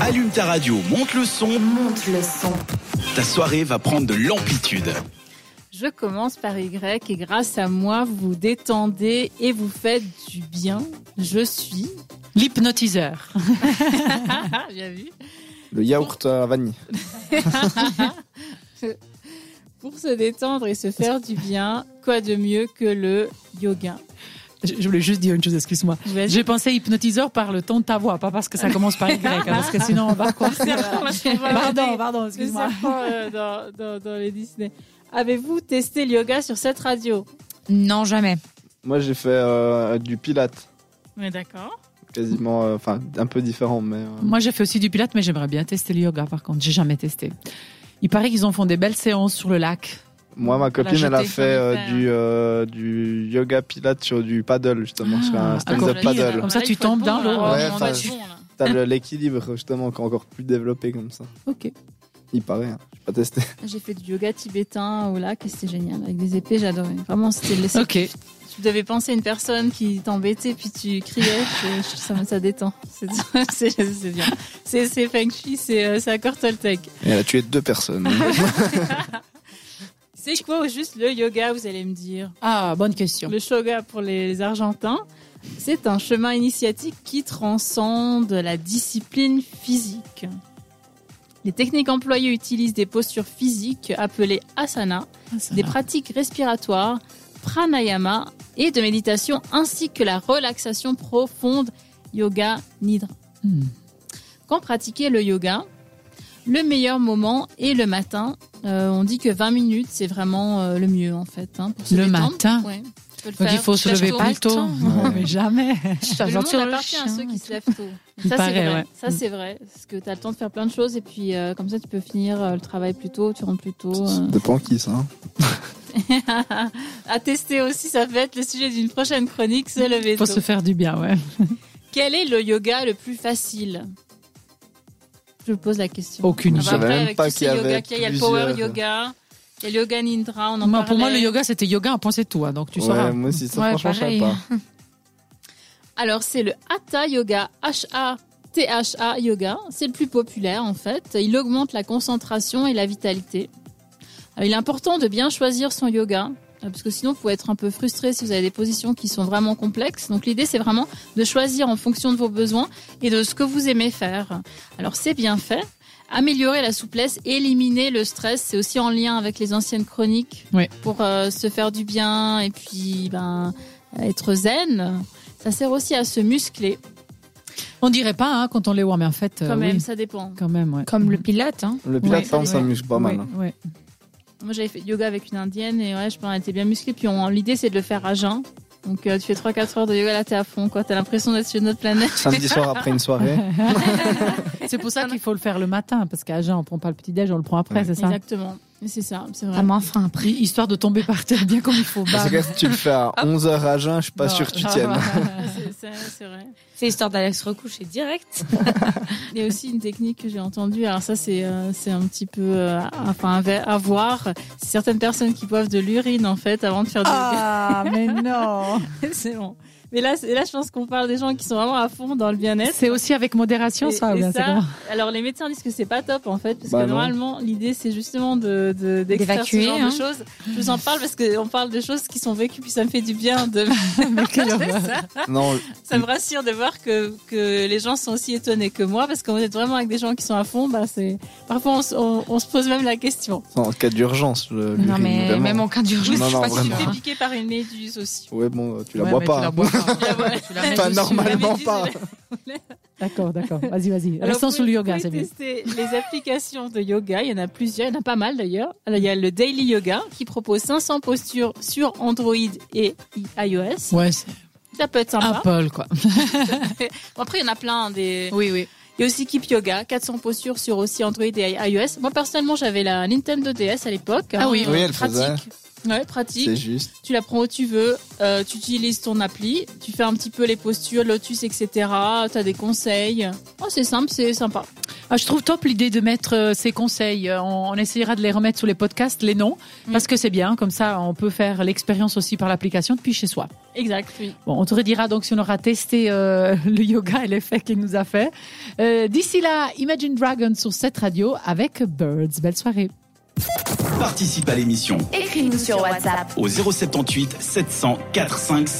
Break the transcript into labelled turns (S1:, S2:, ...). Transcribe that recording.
S1: Allume ta radio, monte le son,
S2: Monte le son.
S1: ta soirée va prendre de l'amplitude.
S3: Je commence par Y et grâce à moi, vous vous détendez et vous faites du bien. Je suis.
S4: L'hypnotiseur.
S3: Ah, Bien vu.
S5: Le yaourt à vanille.
S3: Pour se détendre et se faire du bien, quoi de mieux que le yoga
S4: Je je voulais juste dire une chose, excuse-moi.
S3: Vas-y.
S4: J'ai pensé hypnotiseur par le ton de ta voix, pas parce que ça commence par Y, hein, parce que sinon on va quoi Pardon, pardon,
S3: Le
S4: excuse-moi.
S3: serpent euh, dans, dans- dans les Disney. Avez-vous testé le yoga sur cette radio
S6: Non, jamais.
S5: Moi, j'ai fait euh, du pilate,
S3: Mais d'accord.
S5: quasiment, euh, enfin, un peu différent, mais. euh,
S4: Moi j'ai fait aussi du pilate, mais j'aimerais bien tester le yoga par contre, j'ai jamais testé. Il paraît qu'ils en font des belles séances sur le lac.
S5: Moi, ma copine, elle a
S4: jetée,
S5: fait
S4: j'en ai
S5: euh,
S3: fait,
S5: du, euh, du yoga pilate sur du paddle, justement, sur
S4: Ah,
S5: un
S4: encore
S5: stand-up
S4: pire.
S5: paddle.
S4: Comme ça, tu tombes hein. dans l'eau.
S5: Ouais,
S3: hein. on
S5: enfin,
S3: va être bon, là.
S5: T'as le- l'équilibre, justement, qui est encore plus développé comme ça.
S4: Ok.
S5: Il paraît, hein. j'ai pas testé.
S3: J'ai fait du yoga tibétain au lac et c'était génial. Avec des épées, j'adorais. Vraiment, c'était le
S4: Ok.
S3: Tu devais penser à une personne qui t'embêtait, puis tu criais, puis ça, ça détend. C'est c'est- c'est bien. C'est c'est Feng Shui, c'est euh, c'est accord Toltec.
S5: Et elle a tué deux personnes.
S3: C'est quoi au juste le yoga, vous allez me dire
S4: Ah, bonne question.
S3: Le shoga pour les Argentins, c'est un chemin initiatique qui transcende la discipline physique. Les techniques employées utilisent des postures physiques appelées asanas, des pratiques respiratoires, pranayama et de méditation, ainsi que la relaxation profonde, yoga nidra.
S4: Hmm.
S3: Quand pratiquer le yoga, le meilleur moment est le matin. Euh, on dit que 20 minutes, c'est vraiment euh, le mieux en fait. hein, pour se
S4: Le
S3: détendre.
S4: matin
S3: Ouais. Tu peux le
S4: Donc
S3: faire.
S4: il faut se
S3: Tu te
S4: lever
S3: lèves
S4: plus
S3: tôt.
S4: tôt. Non, mais jamais.
S3: Mais Le monde appartient à ceux qui se lèvent tôt.
S4: Il
S3: Ça, c'est
S4: paraît,
S3: vrai.
S4: ouais.
S3: Ça, c'est vrai. Parce que tu as le temps de faire plein de choses et puis euh, comme ça, tu peux finir euh, le travail plus tôt, tu rentres plus tôt. euh.
S5: Dépend qui, ça. hein.
S3: à tester aussi, ça peut être le sujet d'une prochaine chronique, se lever
S4: Il faut
S3: tôt.
S4: se faire du bien, ouais.
S3: Quel est le yoga le plus facile Je vous pose la question.
S4: Aucune
S3: Ah
S5: Oh, Je
S3: bah
S4: idée.
S5: savais
S3: après,
S5: même
S3: avec
S5: pas
S3: tous ces
S5: qu'il y
S3: yogas
S5: avait
S3: qu'il y a, il y a le power
S5: plusieurs.
S3: yoga, il y a le yoga nindra, on en
S4: Moi,
S3: parlait.
S4: pour moi, le yoga, c'était yoga, on pensait tout, hein, donc tu sauras.
S5: Ouais, moi aussi, ça,
S6: Ouais,
S5: franchement, je savais
S6: pareil.
S5: pas.
S3: Alors, c'est le Hatha Yoga, H-A-T-H-A Yoga. C'est le plus populaire, en fait. Il augmente la concentration et la vitalité. Alors, il est important de bien choisir son yoga, euh, parce que sinon, vous pouvez être un peu frustré si vous avez des positions qui sont vraiment complexes. Donc, l'idée, c'est vraiment de choisir en fonction de vos besoins et de ce que vous aimez faire. Alors, c'est bien fait. Améliorer la souplesse, éliminer le stress, c'est aussi en lien avec les anciennes chroniques
S4: Ouais.
S3: pour euh, se faire du bien et puis ben, être zen. Ça sert aussi à se muscler.
S4: On dirait pas hein, quand on les voit, mais en fait, euh,
S3: Quand même,
S4: oui,
S3: ça dépend. Mmh.
S4: quand même, ouais.
S6: Comme le pilate, hein.
S5: Le pilate,
S3: Ouais,
S5: par
S3: ouais.
S5: contre, ça m'amuse pas mal.
S4: Ouais,
S5: hein.
S4: ouais.
S3: Moi, j'avais fait du yoga avec une indienne et ouais, je pense qu'elle était bien musclée. Puis on- l'idée, c'est de le faire à jeun. Donc euh, tu fais 3-4 heures de yoga, là, t'es à fond, quoi. T'as l'impression d'être sur une autre planète.
S5: Samedi soir après une soirée.
S4: C'est pour ça qu'il faut le faire le matin, parce qu'à jeun, on prend pas le petit déj, on le prend après,
S5: Ouais.
S4: c'est ça
S3: Exactement. Et C'est ça, c'est vrai.
S6: Ah, mais enfin, après.
S4: Hi- Histoire de tomber par terre bien comme il faut.
S5: Parce
S4: bam.
S5: que si tu le fais à 11h à jeun, je suis pas
S4: Non,
S5: sûr que tu
S4: ça
S5: tiennes.
S4: va.
S3: C'est- C'est c'est vrai.
S6: C'est histoire d'Alex recoucher direct.
S3: Il y a aussi une technique que j'ai entendue. Alors ça, c'est euh, c'est un petit peu euh, enfin, à ver- à voir. C'est certaines personnes qui boivent de l'urine, en fait, avant de faire du yoga.
S4: Ah, mais non
S3: c'est bon. Mais là, c'est- là, je pense qu'on parle des gens qui sont vraiment à fond dans le bien-être.
S4: C'est aussi avec modération,
S3: Et-
S4: ça, ou
S3: et
S4: bien c'est
S3: ça,
S4: comment
S3: Alors les médecins disent que c'est pas top en fait, parce
S5: Bah
S3: que
S5: non.
S3: normalement l'idée c'est justement de de- d'extraire ce
S6: D'évacuer,
S3: genre
S6: hein.
S3: de choses. Je vous en parle parce que on parle de choses qui sont vécues puis ça me fait du bien de ça,
S5: Non,
S3: ça me rassure de voir que que les gens sont aussi étonnés que moi parce qu'on est vraiment avec des gens qui sont à fond. Bah c'est parfois on, se- on- on se pose même la question.
S5: en cas d'urgence, le- l'urine,
S6: Non, mais
S5: vraiment.
S6: même en cas d'urgence,
S5: Non,
S6: je suis
S5: non,
S6: pas
S5: vraiment.
S3: Tu te fais
S6: sûre.
S3: piquer par une méduse aussi.
S5: Ouais, bon, tu la
S4: Ouais,
S5: bois
S4: mais
S5: pas.
S4: tu la
S5: hein.
S4: bois pas.
S3: Tu la mets
S5: Pas
S3: dessus. La
S5: normalement
S3: méduse,
S5: pas.
S4: D'accord, d'accord. Vas-y, vas-y.
S3: Alors,
S4: Restons
S3: vous-
S4: sur le yoga,
S3: vous
S4: c'est
S3: pouvez
S4: mieux.
S3: tester les applications de yoga, il y en a plusieurs, il y en a pas mal d'ailleurs. Alors, il y a le Daily Yoga qui propose 500 postures sur Android et iOS.
S4: Ouais, Ah, c'est
S3: Ça peut être sympa.
S4: Apple, quoi.
S3: Bon, après, il y en a plein. Des...
S4: Oui, oui.
S3: Il y a aussi Keep Yoga, 400 postures sur aussi Android et iOS. Moi, personnellement, j'avais la Nintendo DS à l'époque. hein,
S4: Ah oui.
S5: Oui, elle faisait.
S3: pratique. Ouais, pratique.
S5: C'est juste.
S3: Tu la prends où tu veux, euh, tu utilises ton appli, tu fais un petit peu les postures, Lotus, etc. Tu as des conseils. Oh, c'est simple, c'est sympa.
S4: Ah, je trouve top l'idée de mettre euh, ces conseils. Euh, On, on essayera de les remettre sous les podcasts, les noms,
S3: Mm.
S4: parce que c'est bien. Comme ça, on peut faire l'expérience aussi par l'application depuis chez soi.
S3: Exact, oui.
S4: Bon, on te redira donc si on aura testé euh, le yoga et l'effet qu'il nous a fait. Euh, D'ici là, Imagine Dragon sur cette radio avec Birds. Belle soirée.
S1: Participe à l'émission
S2: Écris-nous sur WhatsApp.
S1: au 078 700 45